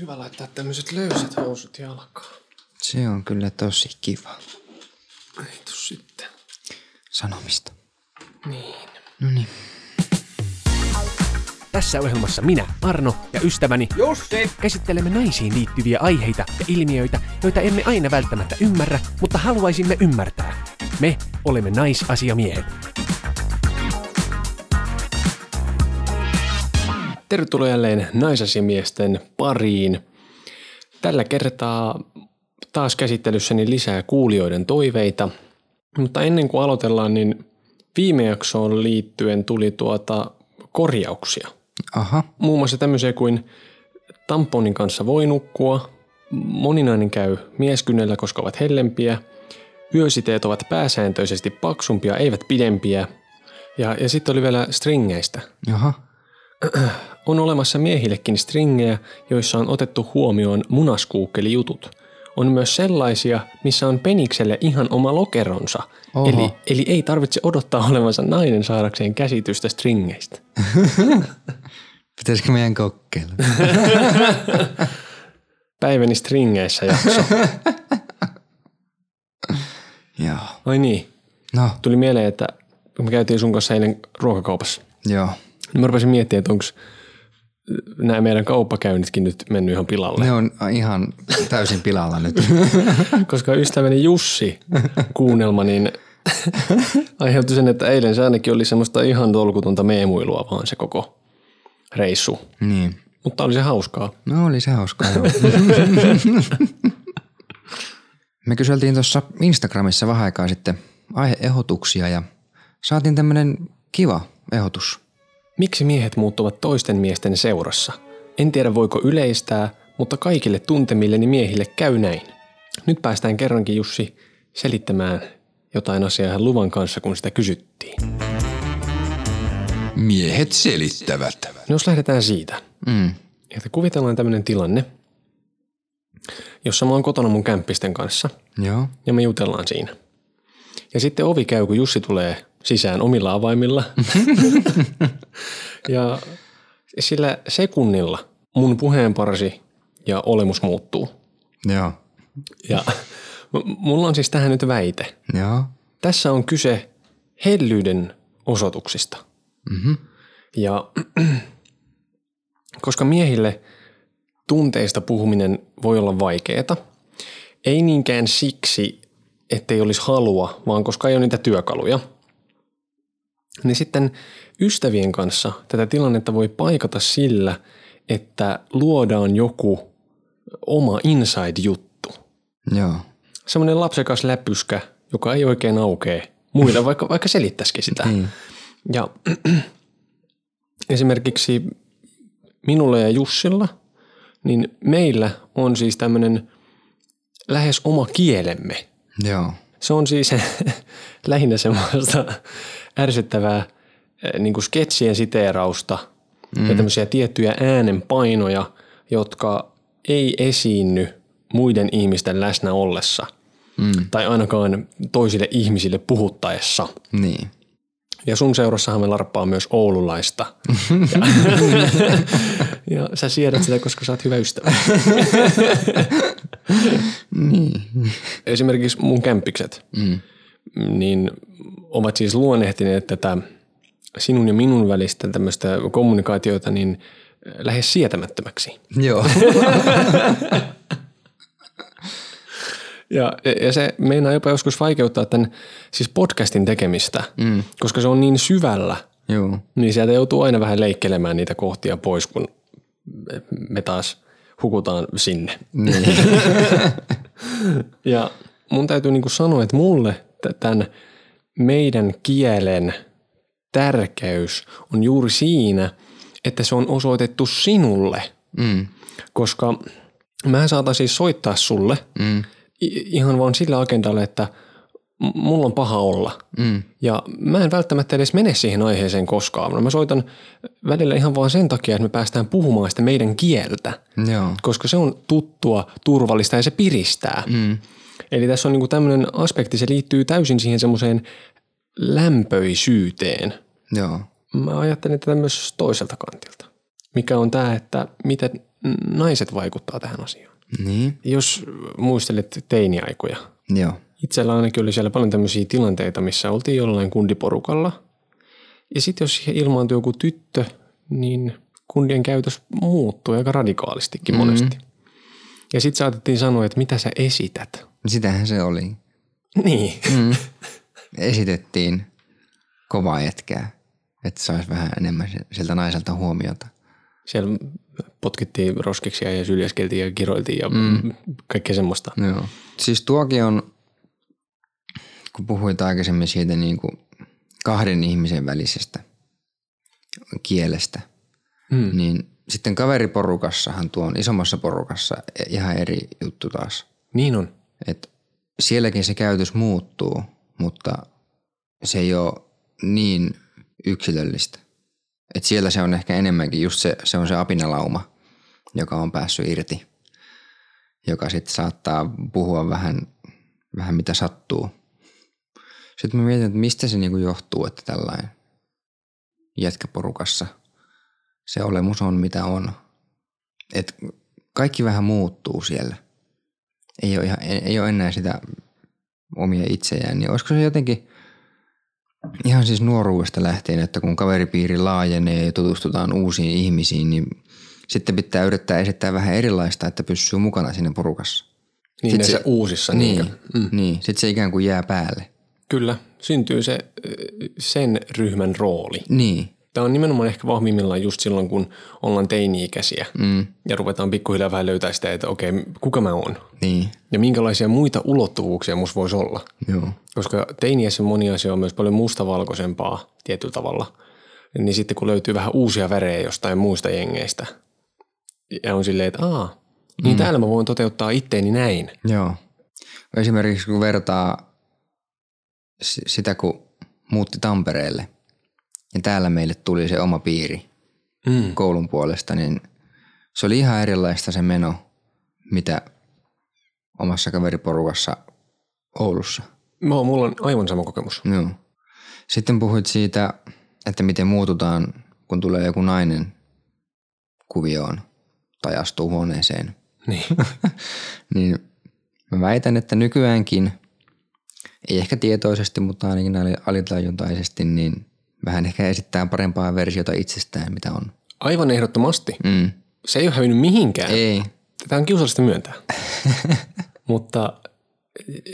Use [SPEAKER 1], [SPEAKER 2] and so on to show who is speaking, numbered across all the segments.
[SPEAKER 1] Hyvä laittaa tämmöiset löysät housut jalkaan.
[SPEAKER 2] Se on kyllä tosi kiva.
[SPEAKER 1] Eitu sitten.
[SPEAKER 2] Sanomista.
[SPEAKER 1] Niin.
[SPEAKER 2] No niin.
[SPEAKER 3] Tässä ohjelmassa minä, Arno ja ystäväni
[SPEAKER 4] Jussi!
[SPEAKER 3] käsittelemme naisiin liittyviä aiheita ja ilmiöitä, joita emme aina välttämättä ymmärrä, mutta haluaisimme ymmärtää. Me olemme naisasiamiehet.
[SPEAKER 1] Tervetuloa jälleen naisasimiesten pariin. Tällä kertaa taas käsittelyssäni lisää kuulijoiden toiveita. Mutta ennen kuin aloitellaan, niin viime jaksoon liittyen tuli tuota korjauksia.
[SPEAKER 2] Aha.
[SPEAKER 1] Muun muassa tämmöisiä kuin tamponin kanssa voi nukkua, moninainen käy mieskynellä, koska ovat hellempiä, yösiteet ovat pääsääntöisesti paksumpia, eivät pidempiä, ja, ja sitten oli vielä stringeistä.
[SPEAKER 2] Jaha.
[SPEAKER 1] On olemassa miehillekin stringejä, joissa on otettu huomioon munaskuukkelijutut. On myös sellaisia, missä on penikselle ihan oma lokeronsa.
[SPEAKER 2] Oho.
[SPEAKER 1] Eli, eli ei tarvitse odottaa olevansa nainen saadakseen käsitystä stringeistä.
[SPEAKER 2] Pitäisikö meidän kokeilla?
[SPEAKER 1] Päiväni stringeissä jakso.
[SPEAKER 2] Joo.
[SPEAKER 1] Ai niin,
[SPEAKER 2] No,
[SPEAKER 1] tuli mieleen, että kun me käytiin sun kanssa eilen ruokakaupassa,
[SPEAKER 2] joo.
[SPEAKER 1] niin mä rupesin miettimään, että onko nämä meidän kauppakäynnitkin nyt mennyt ihan pilalle.
[SPEAKER 2] Ne on ihan täysin pilalla nyt.
[SPEAKER 1] Koska ystäväni Jussi kuunnelma, niin aiheutti sen, että eilen se ainakin oli semmoista ihan tolkutonta meemuilua vaan se koko reissu.
[SPEAKER 2] niin.
[SPEAKER 1] Mutta oli se hauskaa.
[SPEAKER 2] No oli se hauskaa joo. Me kyseltiin tuossa Instagramissa vähän aikaa sitten aiheehotuksia ja saatiin tämmönen kiva ehdotus.
[SPEAKER 1] Miksi miehet muuttuvat toisten miesten seurassa? En tiedä voiko yleistää, mutta kaikille tuntemilleni miehille käy näin. Nyt päästään kerrankin Jussi selittämään jotain asiaa ihan luvan kanssa, kun sitä kysyttiin.
[SPEAKER 4] Miehet selittävät.
[SPEAKER 1] No jos lähdetään siitä,
[SPEAKER 2] Mm.
[SPEAKER 1] että kuvitellaan tämmöinen tilanne, jossa mä oon kotona mun kämppisten kanssa –
[SPEAKER 2] Joo.
[SPEAKER 1] ja me jutellaan siinä. Ja sitten ovi käy, kun Jussi tulee sisään omilla avaimilla. ja sillä sekunnilla mun puheenparsi ja olemus muuttuu.
[SPEAKER 2] Joo.
[SPEAKER 1] Ja m- mulla on siis tähän nyt väite.
[SPEAKER 2] Joo.
[SPEAKER 1] Tässä on kyse hellyyden osoituksista. Mm-hmm. Ja koska miehille tunteista puhuminen voi olla vaikeaa, ei niinkään siksi, ettei olisi halua, vaan koska ei ole niitä työkaluja, niin sitten ystävien kanssa tätä tilannetta voi paikata sillä, että luodaan joku oma inside-juttu
[SPEAKER 2] Joo.
[SPEAKER 1] semmoinen lapsekas läpyskä, joka ei oikein aukee muille, vaikka, vaikka selittäisikin sitä.
[SPEAKER 2] Niin.
[SPEAKER 1] Ja esimerkiksi minulla ja Jussilla, niin meillä on siis tämmöinen lähes oma kielemme.
[SPEAKER 2] Joo.
[SPEAKER 1] Se on siis lähinnä semmoista ärsyttävää niin kuin sketsien siteerausta mm. ja tämmöisiä tiettyjä äänenpainoja, jotka ei esiinny muiden ihmisten läsnä ollessa mm. tai ainakaan toisille ihmisille puhuttaessa.
[SPEAKER 2] Niin.
[SPEAKER 1] Ja sun seurassahan me larppaa myös oululaista. Mm-hmm. ja, ja sä siedät sitä, koska sä oot hyvä ystävä. Esimerkiksi mun kämpikset, Niin. mm. niin ovat siis luonnehtineet tätä sinun ja minun välistä tämmöistä kommunikaatiota niin lähes sietämättömäksi.
[SPEAKER 2] Joo.
[SPEAKER 1] Ja, ja se meinaa jopa joskus vaikeuttaa tämän siis podcastin tekemistä, mm. koska se on niin syvällä,
[SPEAKER 2] Joo.
[SPEAKER 1] niin sieltä joutuu aina vähän leikkelemään niitä kohtia pois, kun me taas hukutaan sinne.
[SPEAKER 2] Niin.
[SPEAKER 1] Ja mun täytyy niin sanoa, että mulle t- tämän meidän kielen tärkeys on juuri siinä, että se on osoitettu sinulle,
[SPEAKER 2] Mm.
[SPEAKER 1] koska mä saatan siis soittaa sulle
[SPEAKER 2] Mm.
[SPEAKER 1] i- ihan vaan sillä agendalla, että m- mulla on paha olla.
[SPEAKER 2] Mm.
[SPEAKER 1] Ja mä en välttämättä edes mene siihen aiheeseen koskaan. No Mä soitan välillä ihan vaan sen takia, että me päästään puhumaan sitä meidän kieltä
[SPEAKER 2] Joo.
[SPEAKER 1] koska se on tuttua, turvallista ja se piristää. Mm. Eli tässä on niinku tämmöinen aspekti, se liittyy täysin siihen semmoiseen lämpöisyyteen.
[SPEAKER 2] Joo.
[SPEAKER 1] Mä ajattelen tätä myös toiselta kantilta, mikä on tämä, että miten naiset vaikuttaa tähän asiaan.
[SPEAKER 2] Niin,
[SPEAKER 1] Jos muistelet teiniaikoja,
[SPEAKER 2] joo.
[SPEAKER 1] itsellä ainakin oli siellä paljon tämmöisiä tilanteita, missä oltiin jollain kundiporukalla. Ja sitten jos siihen ilmaantui joku tyttö, niin kundien käytös muuttui aika radikaalistikin
[SPEAKER 2] Mm.
[SPEAKER 1] mm-hmm. monesti. Ja sitten saatettiin sanoa, että mitä sä esität.
[SPEAKER 2] Sitähän se oli.
[SPEAKER 1] Niin.
[SPEAKER 2] Mm. Esitettiin kovaa jätkää, että saisi vähän enemmän se- siltä naiselta huomiota.
[SPEAKER 1] Siellä potkittiin roskiksia ja syljeskeltiin ja kiroiltiin ja mm. kaikkea semmoista.
[SPEAKER 2] Joo. Siis tuokin on, kun puhuit aikaisemmin siitä niin kuin kahden ihmisen välisestä kielestä, mm. niin sitten kaveriporukassahan tuo on isommassa porukassa e-, ihan eri juttu taas.
[SPEAKER 1] Niin on.
[SPEAKER 2] Et sielläkin se käytös muuttuu, mutta se ei ole niin yksilöllistä. Et siellä se on ehkä enemmänkin just se, se on se apinalauma, joka on päässyt irti, joka sitten saattaa puhua vähän, vähän mitä sattuu. Sitten mä mietin, että mistä se niinku johtuu, että tällainen jätkäporukassa se olemus on mitä on. Et kaikki vähän muuttuu siellä ei ole, ihan, ei ole enää sitä omia itsejään, niin olisiko se jotenkin ihan siis nuoruudesta lähtien, että kun kaveripiiri laajenee ja tutustutaan uusiin ihmisiin, niin sitten pitää yrittää esittää vähän erilaista, että pysyy mukana siinä porukassa.
[SPEAKER 1] Niin
[SPEAKER 2] Sit
[SPEAKER 1] näissä
[SPEAKER 2] se-
[SPEAKER 1] uusissa.
[SPEAKER 2] Niin,
[SPEAKER 1] niinkö?
[SPEAKER 2] mm. niin. Sitten se ikään kuin jää päälle.
[SPEAKER 1] Kyllä, syntyy se ö, sen ryhmän rooli.
[SPEAKER 2] Niin,
[SPEAKER 1] Tämä on nimenomaan ehkä vahvimmillaan just silloin, kun ollaan teini-ikäisiä mm. ja ruvetaan pikkuhiljaa vähän löytää sitä, että okei, kuka mä oon
[SPEAKER 2] niin,
[SPEAKER 1] ja minkälaisia muita ulottuvuuksia mus voisi olla.
[SPEAKER 2] joo.
[SPEAKER 1] Koska teiniässä moni asia on myös paljon mustavalkoisempaa tietyllä tavalla. Niin sitten kun löytyy vähän uusia värejä jostain muista jengeistä ja on silleen, että aa, niin mm. täällä mä voin toteuttaa itteeni näin.
[SPEAKER 2] Joo. Esimerkiksi kun vertaa si- sitä, kun muutti Tampereelle ja täällä meille tuli se oma piiri mm. koulun puolesta, niin se oli ihan erilaista se meno, mitä omassa kaveriporukassa Oulussa.
[SPEAKER 1] Mä, mulla on aivan sama kokemus.
[SPEAKER 2] Joo. Sitten puhuit siitä, että miten muututaan, kun tulee joku nainen kuvioon tai astuu huoneeseen.
[SPEAKER 1] Niin.
[SPEAKER 2] Niin mä väitän, että nykyäänkin, ei ehkä tietoisesti, mutta ainakin ali- alitajuntaisesti, niin vähän ehkä esittää parempaa versiota itsestään, mitä on.
[SPEAKER 1] Aivan ehdottomasti.
[SPEAKER 2] Mm.
[SPEAKER 1] Se ei ole hävinnyt mihinkään.
[SPEAKER 2] Ei.
[SPEAKER 1] Tätä on kiusallista myöntää. Mutta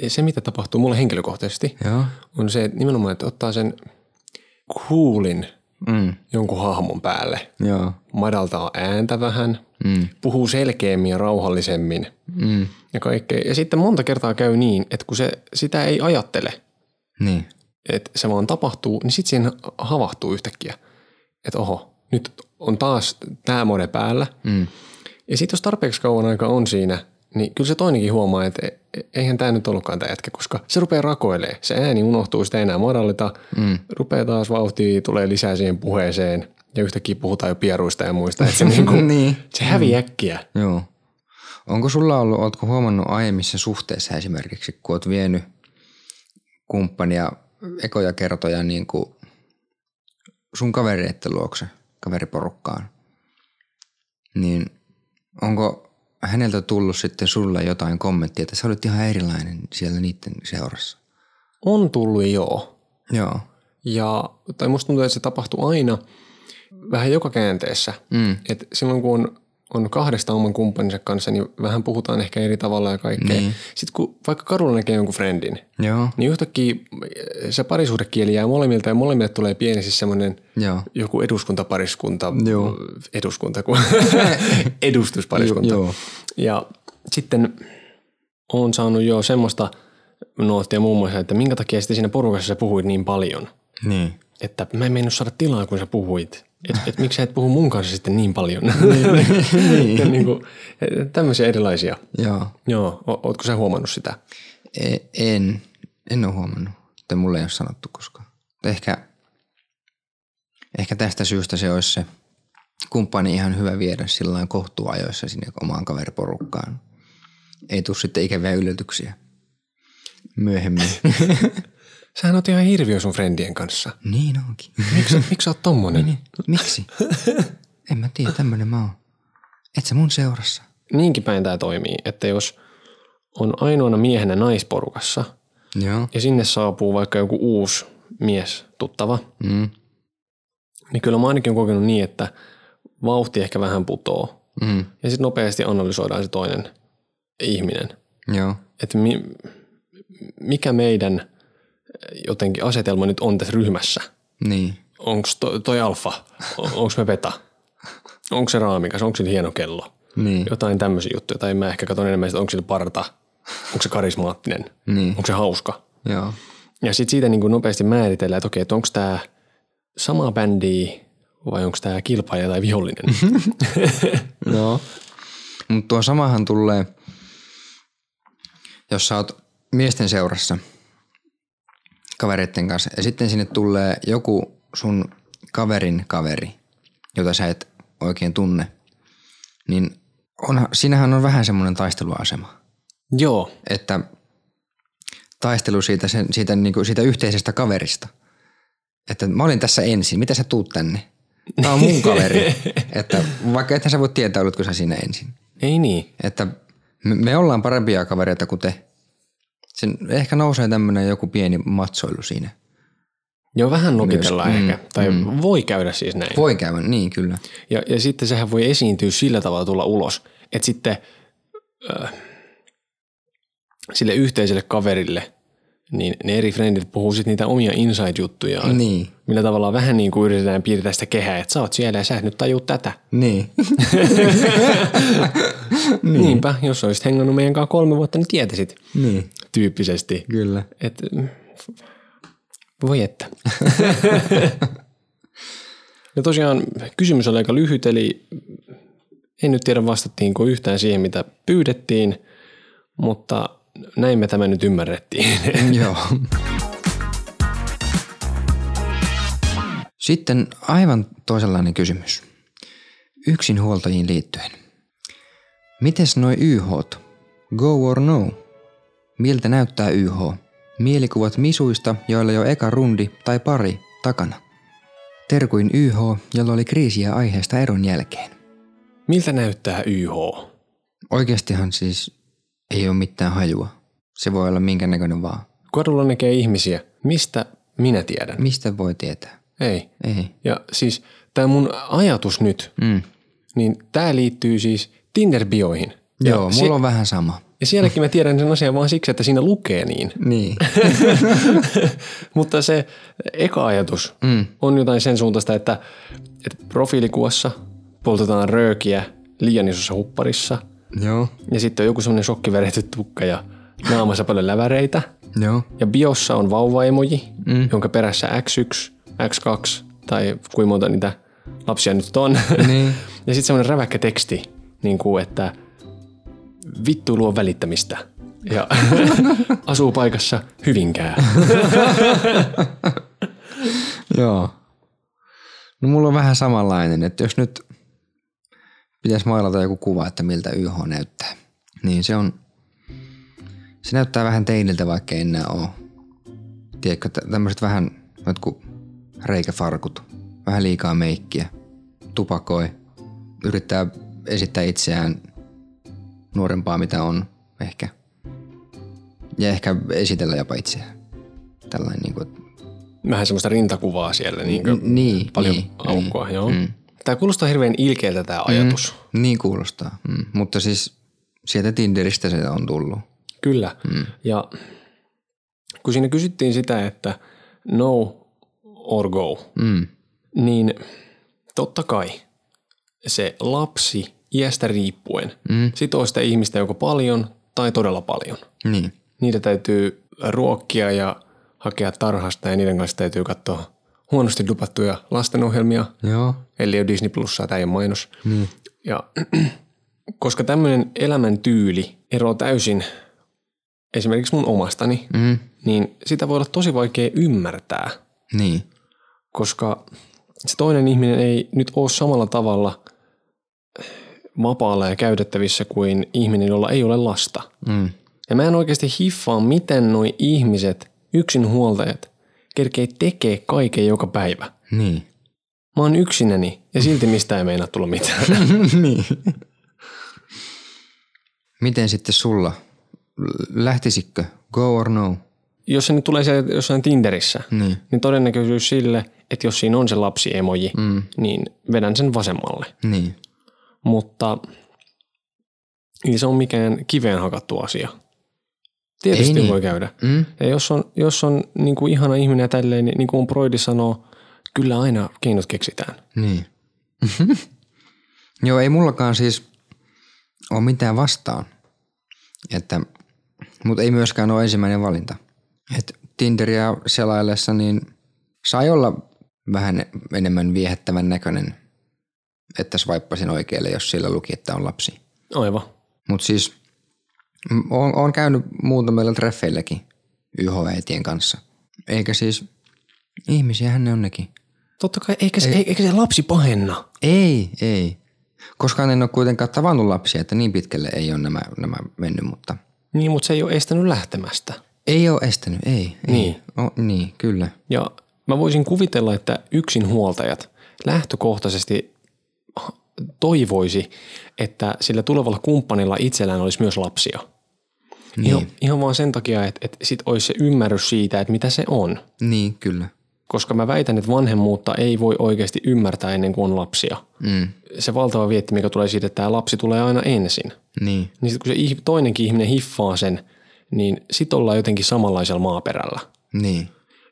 [SPEAKER 1] se, mitä tapahtuu mulle henkilökohtaisesti,
[SPEAKER 2] Joo.
[SPEAKER 1] on se että nimenomaan, että ottaa sen kuulin
[SPEAKER 2] Mm.
[SPEAKER 1] jonkun hahmon päälle,
[SPEAKER 2] Joo.
[SPEAKER 1] madaltaa ääntä vähän,
[SPEAKER 2] Mm.
[SPEAKER 1] puhuu selkeämmin ja rauhallisemmin
[SPEAKER 2] Mm.
[SPEAKER 1] ja kaikkea. Ja sitten monta kertaa käy niin, että kun se sitä ei ajattele,
[SPEAKER 2] Niin.
[SPEAKER 1] että se vaan tapahtuu, niin sitten siihen havahtuu yhtäkkiä, että oho, nyt on taas tämä mode päällä.
[SPEAKER 2] Mm.
[SPEAKER 1] Ja sitten jos tarpeeksi kauan aika on siinä, niin kyllä se toinenkin huomaa, että e- e- eihän tämä nyt ollutkaan tämä jätkä, koska se rupeaa rakoilemaan. Se ääni unohtuu, sitä ei enää madalleta. Mm. Rupeaa taas vauhtia, tulee lisää siihen puheeseen ja yhtäkkiä puhutaan jo pieruista ja muista. Että se, niinku,
[SPEAKER 2] Niin.
[SPEAKER 1] se häviää äkkiä.
[SPEAKER 2] Joo. Onko sulla ollut, ootko huomannut aiemmissa suhteissa esimerkiksi, kun oot vienyt kumppania ekoja kertoja niin kuin sun kavereitten luokse, kaveriporukkaan, niin onko häneltä tullut sitten sulle jotain kommenttia, että sä olit ihan erilainen siellä niiden seurassa?
[SPEAKER 1] On tullut joo.
[SPEAKER 2] Joo.
[SPEAKER 1] Ja, tai musta tuntuu, että se tapahtuu aina vähän joka käänteessä.
[SPEAKER 2] Mm.
[SPEAKER 1] Et silloin kun on, on kahdesta oman kumppaninsa kanssa, niin vähän puhutaan ehkä eri tavalla ja kaikkea.
[SPEAKER 2] Niin.
[SPEAKER 1] Sitten kun vaikka kadulla näkee jonkun friendin,
[SPEAKER 2] Joo.
[SPEAKER 1] niin yhtäkkiä eh, se parisuhdekieli jää molemmilta ja molemmille tulee pieni siis semmoinen
[SPEAKER 2] Joo.
[SPEAKER 1] joku eduskuntapariskunta, eh,
[SPEAKER 2] Joo.
[SPEAKER 1] eduskunta, kun edustuspariskunta.
[SPEAKER 2] Joo, joo.
[SPEAKER 1] Ja sitten on saanut jo semmoista noottia muun muassa, että minkä takia sitten siinä porukassa sä puhuit niin paljon.
[SPEAKER 2] Niin.
[SPEAKER 1] Että mä en mennyt saada tilaa, kun sä puhuit. Että et, miksi sä et puhu mun kanssa sitten niin paljon. niin. niin kuin, tämmöisiä erilaisia.
[SPEAKER 2] Joo.
[SPEAKER 1] Joo, o- ootko sä huomannut sitä?
[SPEAKER 2] E- En, en ole huomannut. Tai mulle ei ole sanottu koskaan. Ehkä, ehkä tästä syystä se olisi se kumppani ihan hyvä viedä sillä lailla kohtuuajoissa sinne omaan kaveriporukkaan. Ei tule sitten ikäviä yllätyksiä myöhemmin.
[SPEAKER 1] Sähän oot ihan hirviö sun friendien kanssa.
[SPEAKER 2] niin onkin.
[SPEAKER 1] Niin. Miksi, miksi sä oot tommonen?
[SPEAKER 2] Miksi? En mä tiedä, tämmönen mä oon. Et sä mun seurassa.
[SPEAKER 1] Niinkin päin tämä toimii, että jos on ainoana miehenä naisporukassa
[SPEAKER 2] Joo.
[SPEAKER 1] ja sinne saapuu vaikka joku uusi mies tuttava,
[SPEAKER 2] Mm.
[SPEAKER 1] niin kyllä mä ainakin on kokenut niin, että vauhti ehkä vähän putoo.
[SPEAKER 2] Mm.
[SPEAKER 1] Ja sitten nopeasti analysoidaan se toinen ihminen.
[SPEAKER 2] Joo.
[SPEAKER 1] Että mi, mikä meidän eh, jotenkin asetelma nyt on tässä ryhmässä?
[SPEAKER 2] Niin.
[SPEAKER 1] Onko to, toi alfa? Onko me beta? Onko se raamikas? Onko sillä hieno kello?
[SPEAKER 2] Niin.
[SPEAKER 1] Jotain tämmöisiä juttuja. Tai mä ehkä katson enemmän sitä, onko sillä parta? Onko se karismaattinen?
[SPEAKER 2] Niin.
[SPEAKER 1] Onko se hauska?
[SPEAKER 2] Joo.
[SPEAKER 1] Ja sitten siitä niin kuin nopeasti määritellään, että okei, että onko tämä sama bändi vai onko tämä kilpailija tai vihollinen.
[SPEAKER 2] Mhm. Joo. Mutta tuo samahan tulee, jos sä oot miesten seurassa kavereiden kanssa ja sitten sinne tulee joku sun kaverin kaveri, jota sä et oikein tunne, niin on, siinähän on vähän semmoinen taisteluasema,
[SPEAKER 1] Joo,
[SPEAKER 2] että taistelu siitä, sen, siitä, niin kuin siitä yhteisestä kaverista. Että mä olin tässä ensin, mitä sä tuut tänne? Tää on mun kaveri. että vaikka ethän sä voi tietää, olitko sä siinä ensin
[SPEAKER 1] ei niin.
[SPEAKER 2] että me- me ollaan parempia kavereita kuin te. Sen ehkä nousee tämmöinen joku pieni matsoilu siinä.
[SPEAKER 1] Joo, vähän nokitellaan
[SPEAKER 2] Myös.
[SPEAKER 1] Myös.
[SPEAKER 2] Mm,
[SPEAKER 1] ehkä. Tai mm. voi käydä siis näin.
[SPEAKER 2] Voi käydä, niin kyllä.
[SPEAKER 1] Ja, ja sitten sehän voi esiintyä sillä tavalla tulla ulos, että sitten äh, sille yhteiselle kaverille, niin ne eri frendit puhuu sitten niitä omia inside-juttujaan.
[SPEAKER 2] Niin.
[SPEAKER 1] Millä tavalla vähän niin kuin yritetään piirtää sitä kehää, että sä oot siellä ja sä et nyt tajuu tätä.
[SPEAKER 2] Niin.
[SPEAKER 1] Niin. Niinpä, jos olisit hengannut meidän kanssa kolme vuotta, niin tietäisit
[SPEAKER 2] niin,
[SPEAKER 1] tyyppisesti.
[SPEAKER 2] kyllä.
[SPEAKER 1] Et, mm, voi että. ja tosiaan kysymys oli aika lyhyt, eli en nyt tiedä vastattiinko yhtään siihen, mitä pyydettiin, mutta näin me tämä nyt ymmärrettiin.
[SPEAKER 2] Joo. Sitten aivan toisenlainen kysymys. Yksinhuoltajiin liittyen. Mites noi YH? Go or no? Miltä näyttää YH? Mielikuvat misuista, joilla jo eka rundi tai pari takana. Terkuin YH, jolla oli kriisiä aiheesta eron jälkeen.
[SPEAKER 1] Miltä näyttää YH?
[SPEAKER 2] Oikeastihan siis ei ole mitään hajua. Se voi olla minkä näköinen vaan.
[SPEAKER 1] Kadulla näkee ihmisiä. Mistä minä tiedän?
[SPEAKER 2] Mistä voi tietää?
[SPEAKER 1] Ei.
[SPEAKER 2] Ei.
[SPEAKER 1] Ja siis tämä mun ajatus nyt,
[SPEAKER 2] Mm.
[SPEAKER 1] niin tämä liittyy siis Tinder-bioihin. Ja
[SPEAKER 2] Joo,
[SPEAKER 1] se-
[SPEAKER 2] mulla on vähän sama.
[SPEAKER 1] Ja sielläkin mä tiedän sen asian vaan siksi, että siinä lukee niin.
[SPEAKER 2] Niin.
[SPEAKER 1] Mutta se eka ajatus mm. on jotain sen suuntaista, että, että profiilikuvassa poltetaan röökiä liian isossa hupparissa
[SPEAKER 2] Joo.
[SPEAKER 1] ja sitten on joku semmoinen shokkiverehty tukka ja naamassa paljon läväreitä.
[SPEAKER 2] Joo.
[SPEAKER 1] Ja biossa on vauvaemoji, mm. jonka perässä X1, X2 tai kuinka monta niitä lapsia nyt on.
[SPEAKER 2] Niin.
[SPEAKER 1] ja sitten semmoinen räväkkä teksti, niin kuin, että vittu luo välittämistä. Ja asuu paikassa hyvinkään.
[SPEAKER 2] Joo. No mulla on vähän samanlainen, että jos nyt pitäisi mailata joku kuva, että miltä YH näyttää, niin se on, se näyttää vähän teiniltä, vaikka ei enää ole. Tiedätkö, tä- tämmöiset vähän jotkut reikäfarkut, vähän liikaa meikkiä, tupakoi, yrittää esittää itseään nuorempaa mitä on ehkä. Ja ehkä esitellä jopa itseään. Tällainen niin kuin,
[SPEAKER 1] vähän semmoista rintakuvaa siellä, niin kuin
[SPEAKER 2] niin,
[SPEAKER 1] paljon
[SPEAKER 2] niin,
[SPEAKER 1] aukkoa. Niin, joo. Mm. Tämä kuulostaa hirveän ilkeältä tämä ajatus. Mm.
[SPEAKER 2] Niin kuulostaa, mm. mutta siis sieltä Tinderistä se on tullut.
[SPEAKER 1] Kyllä. Mm. Ja kun siinä kysyttiin sitä, että no or go,
[SPEAKER 2] Mm.
[SPEAKER 1] niin totta kai se lapsi iästä riippuen mm. sitoo sitä ihmistä joko paljon tai todella paljon.
[SPEAKER 2] Niin,
[SPEAKER 1] Niitä täytyy ruokkia ja hakea tarhasta ja niiden kanssa täytyy katsoa huonosti dupattuja lastenohjelmia –
[SPEAKER 2] joo,
[SPEAKER 1] Eli ei ole Disney Plussaa, tämä ei ole mainos. Mm. Ja, koska tämmöinen elämäntyyli eroaa täysin esimerkiksi mun omastani, mm. niin sitä voi olla tosi vaikea ymmärtää,
[SPEAKER 2] niin,
[SPEAKER 1] koska se toinen ihminen ei nyt ole samalla tavalla vapaalla ja käytettävissä kuin ihminen, jolla ei ole lasta.
[SPEAKER 2] mm.
[SPEAKER 1] Ja mä en oikeasti hiffaa, miten noi ihmiset, yksinhuoltajat, kerkee tekee kaiken joka päivä.
[SPEAKER 2] niin.
[SPEAKER 1] Mä oon yksinäni ja silti mistä ei meinaa tulla mitään.
[SPEAKER 2] niin. Miten sitten sulla? Lähtisikkö? Go or no?
[SPEAKER 1] Jos se nyt tulee siellä jossain Tinderissä,
[SPEAKER 2] Niin.
[SPEAKER 1] niin todennäköisyys sille, että jos siinä on se lapsiemoji, mm. niin vedän sen vasemmalle.
[SPEAKER 2] Niin.
[SPEAKER 1] Mutta ei se on mikään kiveen hakattu asia.
[SPEAKER 2] Ei
[SPEAKER 1] Tietysti
[SPEAKER 2] niin.
[SPEAKER 1] niin. voi käydä.
[SPEAKER 2] Mm?
[SPEAKER 1] Ja jos on, jos on niin kuin ihana ihminen ja tälleen, niin, niin kuin Broidi sanoo, kyllä aina keinot keksitään.
[SPEAKER 2] Niin. Joo, ei mullakaan siis ole mitään vastaan. Että, mutta ei myöskään ole ensimmäinen valinta. Et Tinderia selaillessa niin sai olla vähän enemmän viehättävän näköinen, että swipeasin oikealle, jos sillä luki, että on lapsi.
[SPEAKER 1] Aivan.
[SPEAKER 2] Mutta siis m- oon, oon käynyt muutamilla treffeilläkin YH-äitien kanssa. Eikä siis, ihmisiähän ne on nekin.
[SPEAKER 1] Totta kai, eikä se, ei. eikä se lapsi pahenna.
[SPEAKER 2] Ei, ei. Koskaan en ole kuitenkaan tavannut lapsia, että niin pitkälle ei ole nämä, nämä mennyt, mutta
[SPEAKER 1] Niin, mutta se ei ole estänyt lähtemästä.
[SPEAKER 2] ei ole estänyt, ei. ei.
[SPEAKER 1] Niin.
[SPEAKER 2] O, niin, kyllä.
[SPEAKER 1] Ja mä voisin kuvitella, että yksinhuoltajat lähtökohtaisesti toivoisi, että sillä tulevalla kumppanilla itsellään olisi myös lapsia. Niin. Ihan, ihan vaan sen takia, että, että sit olisi se ymmärrys siitä, että mitä se on.
[SPEAKER 2] Niin, kyllä.
[SPEAKER 1] Koska mä väitän, että vanhemmuutta ei voi oikeasti ymmärtää ennen kuin on lapsia.
[SPEAKER 2] Mm,
[SPEAKER 1] Se valtava vietti, mikä tulee siitä, että tämä lapsi tulee aina ensin.
[SPEAKER 2] niin,
[SPEAKER 1] Niin sitten kun se ih- toinenkin ihminen hiffaa sen, niin sit ollaan jotenkin samanlaisella maaperällä.
[SPEAKER 2] niin.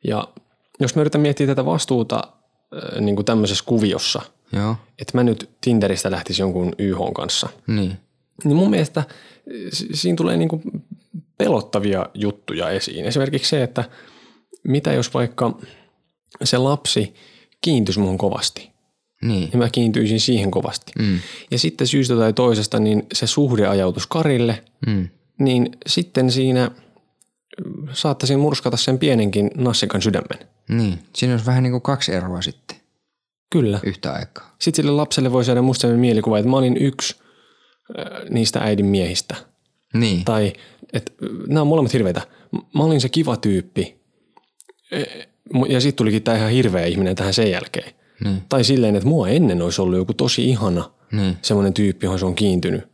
[SPEAKER 1] Ja jos mä yritän miettiä tätä vastuuta äh, niin kuin tämmöisessä kuviossa,
[SPEAKER 2] Joo,
[SPEAKER 1] että mä nyt Tinderistä lähtisin jonkun YH kanssa,
[SPEAKER 2] niin.
[SPEAKER 1] niin mun mielestä äh, si- siinä tulee niin kuin pelottavia juttuja esiin. Esimerkiksi se, että mitä jos vaikka se lapsi kiintyisi muhun kovasti
[SPEAKER 2] Niin,
[SPEAKER 1] ja mä kiintyisin siihen kovasti. Mm. Ja sitten syystä tai toisesta niin se suhde ajautuisi Karille,
[SPEAKER 2] mm,
[SPEAKER 1] niin sitten siinä saattaisin murskata sen pienenkin nassikan sydämen.
[SPEAKER 2] niin. Siinä olisi vähän niin kuin kaksi eroa sitten
[SPEAKER 1] Kyllä.
[SPEAKER 2] yhtä aikaa.
[SPEAKER 1] Sitten sille lapselle voi saada musta sellainen mielikuva, että mä olin yksi ö, niistä äidin miehistä.
[SPEAKER 2] Niin,
[SPEAKER 1] Tai että nämä on molemmat hirveitä. M- Mä olin se kiva tyyppi. E, mu- Ja sitten tulikin tämä ihan hirveä ihminen tähän sen jälkeen.
[SPEAKER 2] niin,
[SPEAKER 1] Tai silleen, että mua ennen olisi ollut joku tosi ihana
[SPEAKER 2] niin,
[SPEAKER 1] semmoinen tyyppi, johon se on kiintynyt.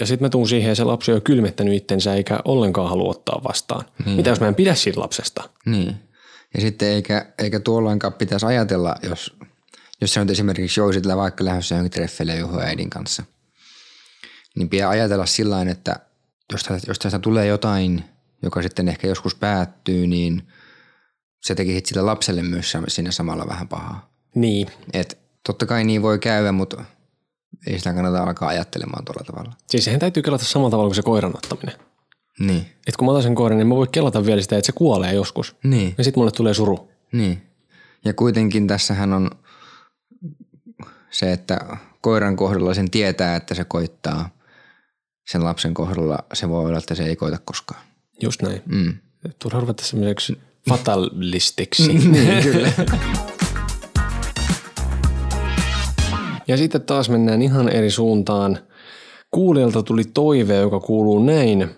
[SPEAKER 1] Ja sitten mä tuun siihen ja se lapsi on jo kylmettänyt itsensä eikä ollenkaan halua ottaa vastaan. Niin. Mitä jos mä en pidä siitä lapsesta?
[SPEAKER 2] niin. Ja sitten eikä, eikä tuollainkaan pitäisi ajatella, jos, jos sä nyt esimerkiksi jousitella vaikka lähdössä johonkin treffeille johon äidin kanssa, niin pitää ajatella sillä lailla, että jos tästä, jos tästä tulee jotain, joka sitten ehkä joskus päättyy, niin se tekisit sille lapselle myös sam- siinä samalla vähän pahaa.
[SPEAKER 1] Niin,
[SPEAKER 2] Et totta kai niin voi käydä, mutta ei sitä kannata alkaa ajattelemaan tuolla tavalla.
[SPEAKER 1] siis sehän täytyy kelata samalla tavalla kuin se koiran ottaminen.
[SPEAKER 2] Niin.
[SPEAKER 1] Et kun mä otan sen koiran, niin mä voin kelata vielä sitä, että se kuolee joskus.
[SPEAKER 2] Niin.
[SPEAKER 1] Ja sitten mulle tulee suru.
[SPEAKER 2] Niin. Ja kuitenkin tässähän on se, että koiran kohdalla sen tietää, että se koittaa. Sen lapsen kohdalla se voi olla, että se ei koita koskaan.
[SPEAKER 1] Just näin.
[SPEAKER 2] Mm.
[SPEAKER 1] Turha ruveta semmoiseksi fatalistiksi.
[SPEAKER 2] Niin, kyllä.
[SPEAKER 1] ja sitten taas mennään ihan eri suuntaan. Kuulijalta tuli toive, joka kuuluu näin.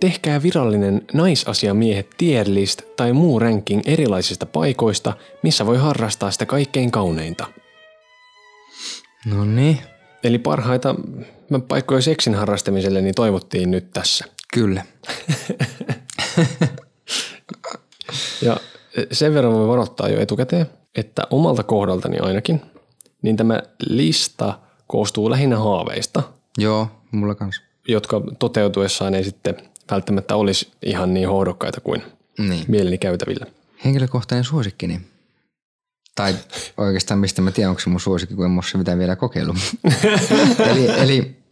[SPEAKER 1] Tehkää virallinen naisasiamiehet tierlist tai muu ranking erilaisista paikoista, missä voi harrastaa sitä kaikkein kauneinta.
[SPEAKER 2] No niin,
[SPEAKER 1] Eli parhaita mm, paikkoja seksin harrastamiselle niin toivottiin nyt tässä.
[SPEAKER 2] kyllä.
[SPEAKER 1] Ja sen verran voi varoittaa jo etukäteen, että omalta kohdaltani ainakin, niin tämä lista koostuu lähinnä haaveista,
[SPEAKER 2] Joo, mulla kanssa.
[SPEAKER 1] jotka toteutuessaan ei sitten välttämättä olisi ihan niin hohdokkaita kuin
[SPEAKER 2] Niin.
[SPEAKER 1] mieleni käytävillä.
[SPEAKER 2] Henkilökohtainen suosikkini. Tai oikeastaan mistä mä tiedän, onko se mun suosikki, kun en ole sitä vielä kokeillut. eli, eli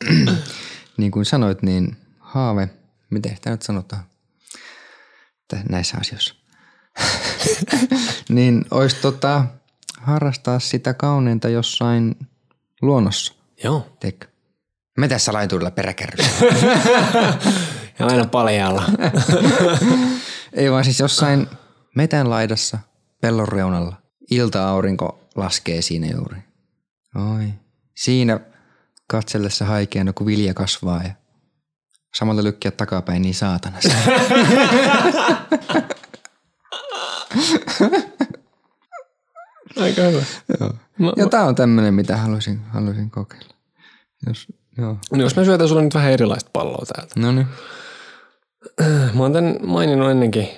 [SPEAKER 2] niin kuin sanoit, niin haave, miten sitä nyt sanotaan Tä- näissä asioissa, niin olisi tota, harrastaa sitä kauneinta jossain luonnossa.
[SPEAKER 1] Joo,
[SPEAKER 2] Teikö? Me tässä laiturilla peräkärryssä.
[SPEAKER 1] ja aina paljalla.
[SPEAKER 2] Ei vaan siis jossain metän laidassa, pellon reunalla. Ilta-aurinko laskee siinä juuri. Oi. Siinä katsellessa haikeana, kun vilja kasvaa ja samalla lykkiä takapäin niin saatana.
[SPEAKER 1] Aika hyvä.
[SPEAKER 2] Joo. Ja tää on tämmönen, mitä haluaisin, haluaisin kokeilla. Jos Joo.
[SPEAKER 1] No jos mä syötän sulle nyt vähän erilaista palloa täältä.
[SPEAKER 2] No niin.
[SPEAKER 1] Mä oon tämän maininnut ennenkin,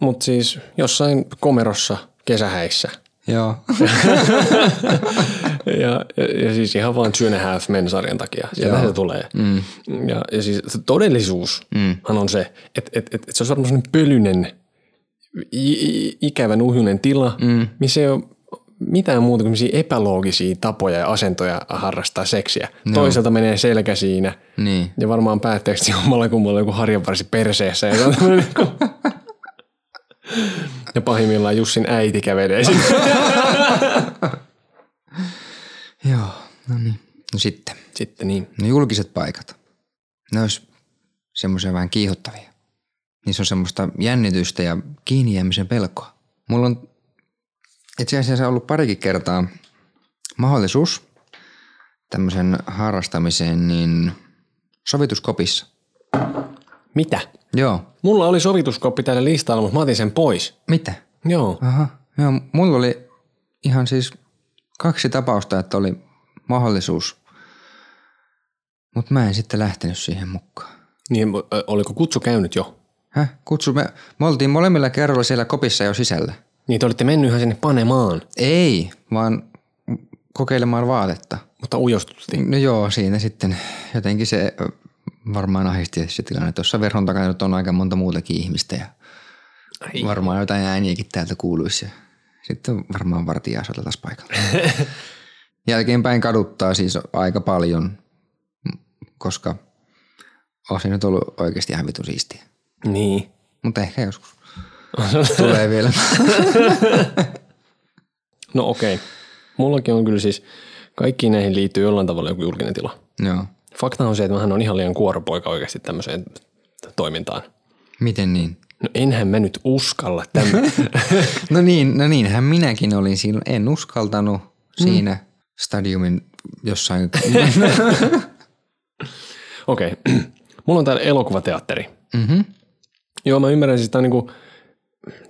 [SPEAKER 1] mutta siis jossain komerossa kesähäissä.
[SPEAKER 2] Joo.
[SPEAKER 1] Ja, ja, ja siis ihan vaan Two and a Half Men sarjan takia. Sieltä se tulee. Mm. Ja, ja siis se todellisuushan on se, että et, et, et se on varmaan sellainen pölyinen, i- i- ikävän ujunen tila, mm. missä ei ole mitään muuta kuin semmoisia epäloogisia tapoja ja asentoja harrastaa seksiä. No. Toiselta menee selkä siinä
[SPEAKER 2] niin.
[SPEAKER 1] ja varmaan päätteeksi omalla kummalla joku harjanvarsi perseessä. Ja, se on tämmöinen niinku- ja pahimmillaan Jussin äiti kävelee sinne.
[SPEAKER 2] Joo. No niin. No sitten.
[SPEAKER 1] Sitten niin.
[SPEAKER 2] No julkiset paikat. Ne olisi semmoisia vähän kiihottavia. Niissä on semmoista jännitystä ja kiinni jäämisen pelkoa. Mulla on itse asiassa ollut parikin kertaa mahdollisuus tämmöisen harrastamiseen niin sovituskopissa.
[SPEAKER 1] Mitä?
[SPEAKER 2] Joo.
[SPEAKER 1] Mulla oli sovituskoppi täällä listalla, mutta mä otin sen pois.
[SPEAKER 2] Mitä?
[SPEAKER 1] Joo.
[SPEAKER 2] Aha. Joo, mulla oli ihan siis kaksi tapausta, että oli mahdollisuus. Mutta mä en sitten lähtenyt siihen mukaan.
[SPEAKER 1] Niin, mu- ö, oliko kutsu käynyt jo?
[SPEAKER 2] Häh? Kutsu, me, me oltiin molemmilla kerralla siellä kopissa jo sisällä.
[SPEAKER 1] Niin, te olitte mennyt ihan sinne panemaan,
[SPEAKER 2] Ei, vaan kokeilemaan vaatetta.
[SPEAKER 1] mutta ujostuttiin.
[SPEAKER 2] No joo, siinä sitten jotenkin se ö, varmaan ahisti se tilanne. Tuossa verhon takana nyt on aika monta muutakin ihmistä ja Ai. varmaan jotain ääniäkin täältä kuuluisi. Ja sitten varmaan vartijaa saatatas paikalle. Jälkeenpäin kaduttaa siis aika paljon, koska on se nyt ollut oikeasti ihan vitu siistiä.
[SPEAKER 1] Niin.
[SPEAKER 2] Mutta ehkä joskus tulee vielä.
[SPEAKER 1] No okei. Okay. Mullakin on kyllä siis, kaikkiin näihin liittyy jollain tavalla joku julkinen tila.
[SPEAKER 2] joo.
[SPEAKER 1] Fakta on se, että mähän on ihan liian kuoropoika oikeasti tämmöiseen toimintaan.
[SPEAKER 2] Miten niin?
[SPEAKER 1] No enhän mä nyt uskalla tämän.
[SPEAKER 2] No niin, no niinhän minäkin olin silloin. En uskaltanut siinä stadiumin jossain.
[SPEAKER 1] Okei. Okay. Mulla on täällä elokuvateatteri. Mm-hmm.
[SPEAKER 2] Mhm.
[SPEAKER 1] Joo, mä ymmärrän, siis tää on niinku,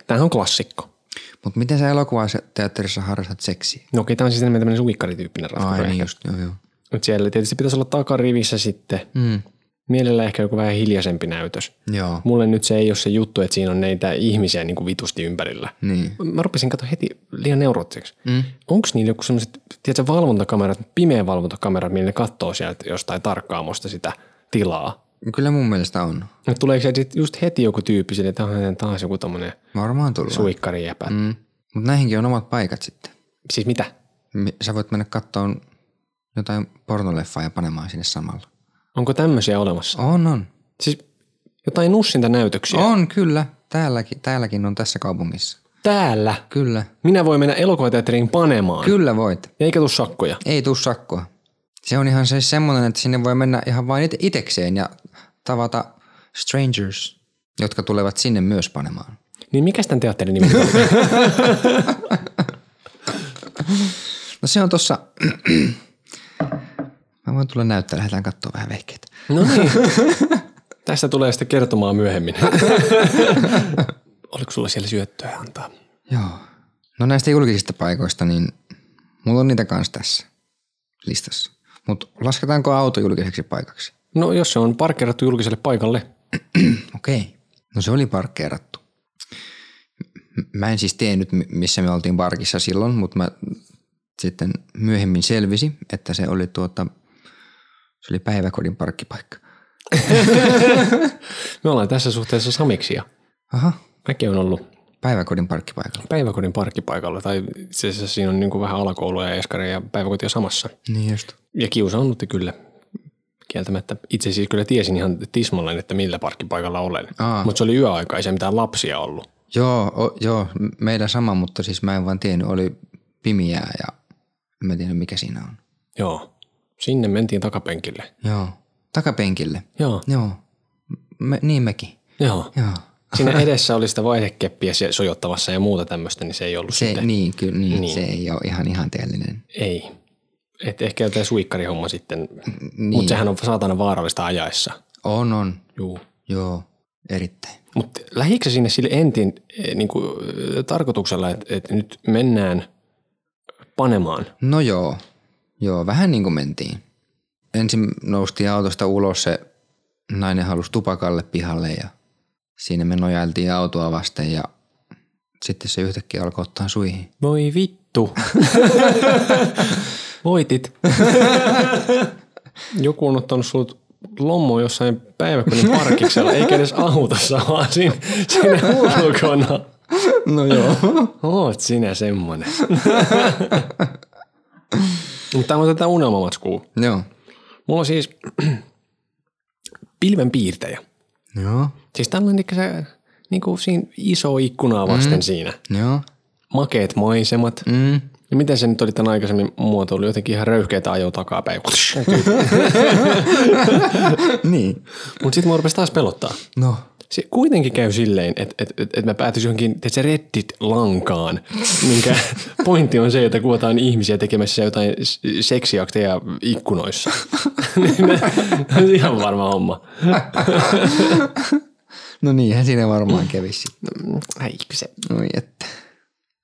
[SPEAKER 1] tämähän on klassikko.
[SPEAKER 2] Mutta miten sä elokuvateatterissa harrastat seksiä?
[SPEAKER 1] No okei, tää on siis enemmän tämmöinen uikkarityyppinen ratkaisu.
[SPEAKER 2] Ai niin just, joo joo.
[SPEAKER 1] Mutta siellä tietysti pitäisi olla takarivissä sitten. Mm. Mielellä ehkä joku vähän hiljaisempi näytös.
[SPEAKER 2] Joo,
[SPEAKER 1] Mulle nyt se ei ole se juttu, että siinä on neitä ihmisiä niin kuin vitusti ympärillä.
[SPEAKER 2] niin.
[SPEAKER 1] Mä rupesin katsoa heti liian neuroottiseksi. Mm. Onko niillä joku semmoiset, tiedätkö, valvontakamerat, pimeä valvontakamera, millä ne katsoo sieltä jostain tarkkaamosta sitä tilaa?
[SPEAKER 2] Kyllä mun mielestä on.
[SPEAKER 1] Ja Tuleeko se sit just heti joku tyyppi sille, että onhan taas joku tommonen
[SPEAKER 2] Varmaan tullaan.
[SPEAKER 1] suikkarijäpä? Mm.
[SPEAKER 2] Mm. Mutta näihinkin on omat paikat sitten.
[SPEAKER 1] Siis mitä?
[SPEAKER 2] Mi- Sä voit mennä kattoon jotain pornoleffaa ja panemaan sinne samalla.
[SPEAKER 1] Onko tämmöisiä olemassa?
[SPEAKER 2] On, on.
[SPEAKER 1] Siis jotain nussinta näytöksiä.
[SPEAKER 2] On, kyllä. Täälläkin, täälläkin on tässä kaupungissa.
[SPEAKER 1] Täällä.
[SPEAKER 2] Kyllä.
[SPEAKER 1] Minä voin mennä elokuvateatteriin panemaan.
[SPEAKER 2] Kyllä voit.
[SPEAKER 1] Ja eikä tuu sakkoja.
[SPEAKER 2] Ei tuu sakkoa. Se on ihan se semmoinen, että sinne voi mennä ihan vain it- itekseen ja tavata strangers, jotka tulevat sinne myös panemaan.
[SPEAKER 1] Niin mikä tämän teatterin nimi on?
[SPEAKER 2] No se on tossa... Mä voin tulla näyttää, lähdetään katsoa vähän vehkeitä.
[SPEAKER 1] No niin. Tästä tulee sitten kertomaan myöhemmin. Oliko sulla siellä syöttöä antaa?
[SPEAKER 2] Joo. No näistä julkisista paikoista, niin mulla on niitä kans tässä listassa. Mutta lasketaanko auto julkiseksi paikaksi?
[SPEAKER 1] No jos se on parkkerattu julkiselle paikalle.
[SPEAKER 2] Okei. No se oli parkkeerattu. M- Mä en siis tiennyt, mi- missä me oltiin parkissa silloin, mutta mä sitten myöhemmin selvisi, että se oli tuota, se oli päiväkodin parkkipaikka.
[SPEAKER 1] Me ollaan tässä suhteessa samiksia.
[SPEAKER 2] Aha,
[SPEAKER 1] Mäkin on ollut
[SPEAKER 2] päiväkodin parkkipaikalla.
[SPEAKER 1] päiväkodin parkkipaikalla. Tai itse asiassa siinä on niin kuin vähän alakoulua ja eskari ja päiväkoti on samassa.
[SPEAKER 2] Niin just.
[SPEAKER 1] Ja kiusaannutti kyllä kieltämättä. Itse siis kyllä tiesin ihan tismalleen, että millä parkkipaikalla olen.
[SPEAKER 2] Aa.
[SPEAKER 1] Mutta se oli yöaika, ei se mitään lapsia ollut.
[SPEAKER 2] Joo, o, joo, m- meillä sama, mutta siis mä en vaan tiennyt, oli pimiää ja en mä tiennyt mikä siinä on.
[SPEAKER 1] Joo. Sinne mentiin takapenkille.
[SPEAKER 2] Joo, takapenkille.
[SPEAKER 1] Joo.
[SPEAKER 2] Joo, me, niin mekin.
[SPEAKER 1] Joo.
[SPEAKER 2] Joo.
[SPEAKER 1] Siinä edessä oli sitä vaihdekeppiä se- sojottamassa ja muuta tämmöistä, niin se ei ollut se,
[SPEAKER 2] Se,
[SPEAKER 1] sitten. Niin.
[SPEAKER 2] niin, kyllä, niin, niin, se ei ole ihan ihanteellinen.
[SPEAKER 1] Ei. Et ehkä jotain suikkarihomma sitten. Niin. Mutta sehän on saatana vaarallista ajaessa.
[SPEAKER 2] On, on.
[SPEAKER 1] Juu.
[SPEAKER 2] Joo, erittäin.
[SPEAKER 1] Mutta lähikö sinne sille entin eh, niinku, eh, tarkoituksella, että et nyt mennään panemaan?
[SPEAKER 2] No joo, joo, vähän niin kuin mentiin. ensin noustiin autosta ulos, se nainen halusi tupakalle pihalle ja siinä me nojailtiin autoa vasten ja sitten se yhtäkkiä alkoi ottaa suihin.
[SPEAKER 1] Voi vittu. Voitit. Joku on ottanut sulut lommo jossain päiväkodin parkiksella, eikä edes autossa, vaan siinä, siinä ulkona.
[SPEAKER 2] No joo.
[SPEAKER 1] Oot sinä semmonen. Mutta Tämä on tätä unelmamatskua.
[SPEAKER 2] joo.
[SPEAKER 1] Mulla on siis pilvenpiirtejä.
[SPEAKER 2] Joo.
[SPEAKER 1] Siis tällainen se, niin kuin siinä iso ikkunaa vasten mm. siinä.
[SPEAKER 2] Joo.
[SPEAKER 1] Makeet maisemat. Mm.
[SPEAKER 2] Mm.
[SPEAKER 1] Ja miten se nyt oli tämän aikaisemmin muotoilu? Jotenkin ihan röyhkeitä ajo takapäin.
[SPEAKER 2] Niin.
[SPEAKER 1] Mutta sitten mua rupesi taas pelottaa.
[SPEAKER 2] No.
[SPEAKER 1] Se kuitenkin käy silleen, että et, et, et mä päätyisin johonkin tiedätkö, Reddit-lankaan, minkä pointti on se, että kuvataan ihmisiä tekemässä jotain s- seksiakteja ikkunoissa. Niin ne- se on ihan varma homma.
[SPEAKER 2] No niinhän siinä varmaan kävi sitten.
[SPEAKER 1] Ai se.
[SPEAKER 2] No että.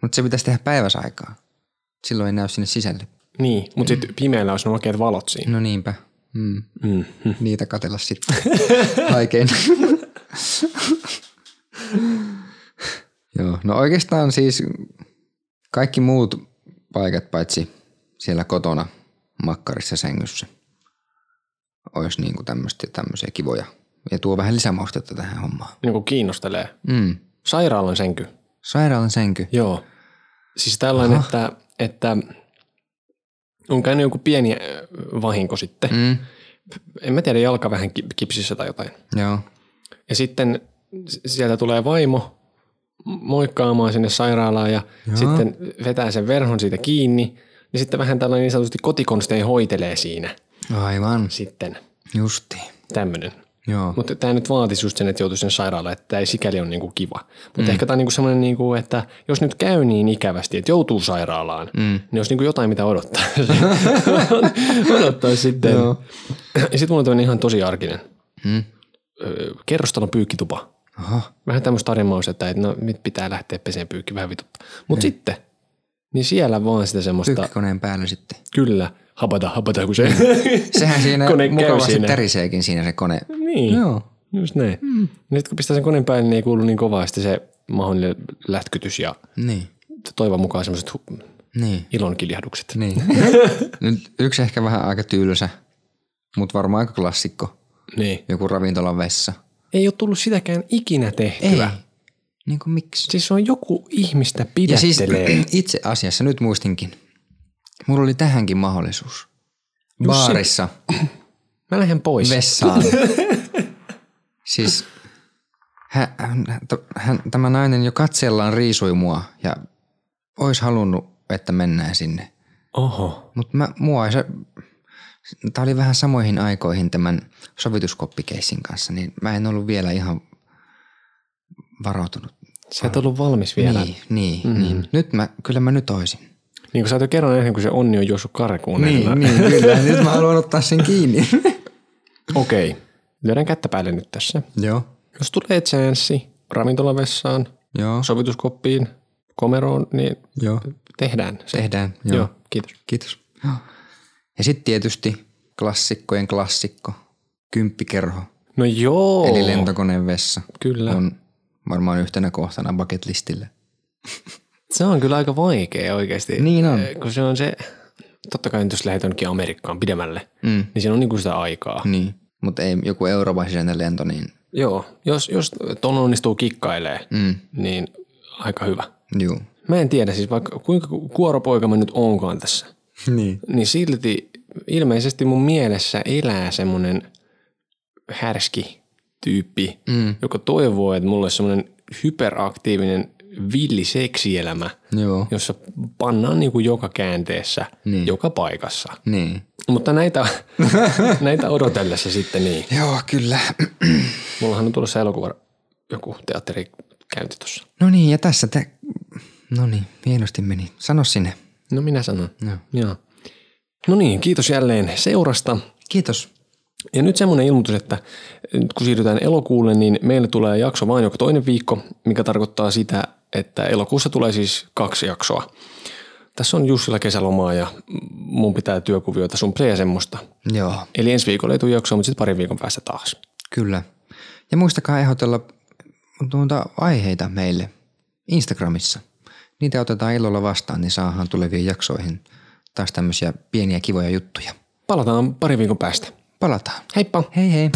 [SPEAKER 2] Mutta se pitäisi tehdä päiväsaikaa. Silloin ei näy sinne sisälle.
[SPEAKER 1] Niin, mutta sitten pimeällä olisi ne oikeat valot siinä.
[SPEAKER 2] No niinpä. Mm. Mm. Niitä katella sitten. Aikein. Joo, no oikeastaan siis kaikki muut paikat paitsi siellä kotona makkarissa sängyssä olisi niinku tämmöistä tämmöisiä kivoja. Ja tuo vähän lisämaustetta tähän hommaan.
[SPEAKER 1] Niin kuin kiinnostelee.
[SPEAKER 2] Mm.
[SPEAKER 1] Sairaalan sänky.
[SPEAKER 2] Sairaalan sänky.
[SPEAKER 1] Joo. Siis tällainen, että, että on käynyt joku pieni äh, vahinko sitten. Mm. En mä tiedä, jalka vähän ki- kipsissä tai jotain.
[SPEAKER 2] Joo.
[SPEAKER 1] Ja sitten s- sieltä tulee vaimo moikkaamaan sinne sairaalaan ja Joo. sitten vetää sen verhon siitä kiinni. Ja sitten vähän tällainen niin sanotusti kotikonstein hoitelee siinä
[SPEAKER 2] Aivan.
[SPEAKER 1] sitten
[SPEAKER 2] Justiin.
[SPEAKER 1] tämmöinen.
[SPEAKER 2] Joo.
[SPEAKER 1] Mutta tämä nyt vaatisi just sen, että joutuisi sen sairaalaan, että tämä ei sikäli ole niinku kiva. Mutta mm. ehkä tämä on niinku semmoinen, niinku, että jos nyt käy niin ikävästi, että joutuu sairaalaan, mm. niin olisi niinku jotain, mitä odottaa. odottaa sitten. Joo. Ja sitten mulla on tämmöinen ihan tosi arkinen.
[SPEAKER 2] Mm.
[SPEAKER 1] Öö, kerrostalon pyykkitupa.
[SPEAKER 2] Aha.
[SPEAKER 1] Vähän tämmöistä tarinmausta, että et, no, nyt pitää lähteä peseen pyykki vähän vituttaa. Mutta sitten, niin siellä vaan sitä semmoista,
[SPEAKER 2] Pyykkikoneen päällä sitten.
[SPEAKER 1] kyllä, habata, habata, kun se...
[SPEAKER 2] Sehän siinä
[SPEAKER 1] Kone käy
[SPEAKER 2] mukavasti
[SPEAKER 1] siinä.
[SPEAKER 2] täriseekin siinä se kone.
[SPEAKER 1] niin.
[SPEAKER 2] Joo.
[SPEAKER 1] Just näin. Mm. Nyt kun pistää sen koneen päälle, niin ei kuulu niin kovaa sitten se mahdollinen lätkytys ja
[SPEAKER 2] Niin.
[SPEAKER 1] toivon mukaan semmoiset hu-
[SPEAKER 2] Niin.
[SPEAKER 1] ilonkiljahtukset.
[SPEAKER 2] niin. Nyt yksi ehkä vähän aika tylsä, mutta varmaan aika klassikko.
[SPEAKER 1] Niin.
[SPEAKER 2] Joku ravintolan vessa.
[SPEAKER 1] Ei ole tullut sitäkään ikinä tehtyä. Ei.
[SPEAKER 2] Niin kuin miksi?
[SPEAKER 1] Siis se on joku ihmistä
[SPEAKER 2] Ja siis
[SPEAKER 1] pidättelee. Ja siis,
[SPEAKER 2] itse asiassa nyt muistinkin. Mulla oli tähänkin mahdollisuus. Baarissa
[SPEAKER 1] mä lähden pois.
[SPEAKER 2] vessaan. siis hän, hän, tämä nainen jo katsellaan riisui mua ja ois halunnut, että mennään sinne.
[SPEAKER 1] Oho.
[SPEAKER 2] Mutta mä, mua ei se, tää oli vähän samoihin aikoihin tämän sovituskoppikeissin kanssa, niin mä en ollut vielä ihan varautunut.
[SPEAKER 1] Sä et ollut valmis vielä. Niin,
[SPEAKER 2] Niin, niin, mm-hmm. niin. Nyt mä, kyllä mä nyt oisin.
[SPEAKER 1] niin kun sä oot jo kerran ennen kuin se onni on juossut karkuun. Niin, niin.
[SPEAKER 2] kyllä. Nyt mä haluan ottaa sen kiinni.
[SPEAKER 1] Okei. Lyödään kättä päälle nyt tässä.
[SPEAKER 2] Joo.
[SPEAKER 1] Jos tulee chanssi ravintolavessaan,
[SPEAKER 2] Joo.
[SPEAKER 1] sovituskoppiin, komeroon, niin
[SPEAKER 2] Joo.
[SPEAKER 1] tehdään se.
[SPEAKER 2] Tehdään. Joo.
[SPEAKER 1] Joo.
[SPEAKER 2] Joo.
[SPEAKER 1] Joo, kiitos.
[SPEAKER 2] Kiitos. Joo. Ja sitten tietysti klassikkojen klassikko, kymppikerho,
[SPEAKER 1] No joo.
[SPEAKER 2] eli lentokoneen vessa
[SPEAKER 1] Kyllä. On.
[SPEAKER 2] on varmaan yhtenä kohtana bucket listille.
[SPEAKER 1] Se on kyllä aika vaikea oikeasti.
[SPEAKER 2] Niin on.
[SPEAKER 1] Eh, Kun se on se, totta kai nyt jos lähdet jonnekin Amerikkaan pidemmälle,
[SPEAKER 2] Mm.
[SPEAKER 1] niin siinä on niinku sitä aikaa. Mm.
[SPEAKER 2] Niin, mutta ei joku Euroopan sisäinen lento, niin
[SPEAKER 1] Joo, jos, jos ton onnistuu kikkailee,
[SPEAKER 2] mm,
[SPEAKER 1] niin aika hyvä.
[SPEAKER 2] juu.
[SPEAKER 1] Mä en tiedä siis vaikka kuinka kuoropoika mä nyt onkaan tässä,
[SPEAKER 2] Niin.
[SPEAKER 1] niin silti ilmeisesti mun mielessä elää semmonen härski tyyppi,
[SPEAKER 2] Mm,
[SPEAKER 1] joka toivoo, että mulla olisi semmoinen hyperaktiivinen villi seksielämä,
[SPEAKER 2] joo.
[SPEAKER 1] jossa pannaan niin kuin joka käänteessä,
[SPEAKER 2] Niin.
[SPEAKER 1] niin. joka paikassa.
[SPEAKER 2] Niin.
[SPEAKER 1] Mutta näitä, näitä odotellessa sitten niin.
[SPEAKER 2] Joo, kyllä.
[SPEAKER 1] Mullahan on tulossa elokuva joku teatterikäynti tuossa.
[SPEAKER 2] No niin, ja tässä tä... No niin, hienosti meni. Sano sinne.
[SPEAKER 1] No minä sanon.
[SPEAKER 2] Joo.
[SPEAKER 1] Joo. No niin, kiitos jälleen seurasta.
[SPEAKER 2] Kiitos.
[SPEAKER 1] Ja nyt semmoinen ilmoitus, että nyt kun siirrytään elokuulle, niin meille tulee jakso vain joka toinen viikko, mikä tarkoittaa sitä, että elokuussa tulee siis kaksi jaksoa. tässä on Jussilla kesälomaa ja mun pitää työkuvioita sun ja semmoista.
[SPEAKER 2] Joo,
[SPEAKER 1] Eli ensi viikolla ei tule jaksoa, mutta sitten parin viikon päästä taas.
[SPEAKER 2] kyllä. Ja muistakaa ehdotella tuota aiheita meille Instagramissa. Niitä otetaan ilolla vastaan, niin saadaan tuleviin jaksoihin taas tämmöisiä pieniä kivoja juttuja.
[SPEAKER 1] Palataan parin viikon päästä.
[SPEAKER 2] Palataan.
[SPEAKER 1] Heippa!
[SPEAKER 2] Hei hei!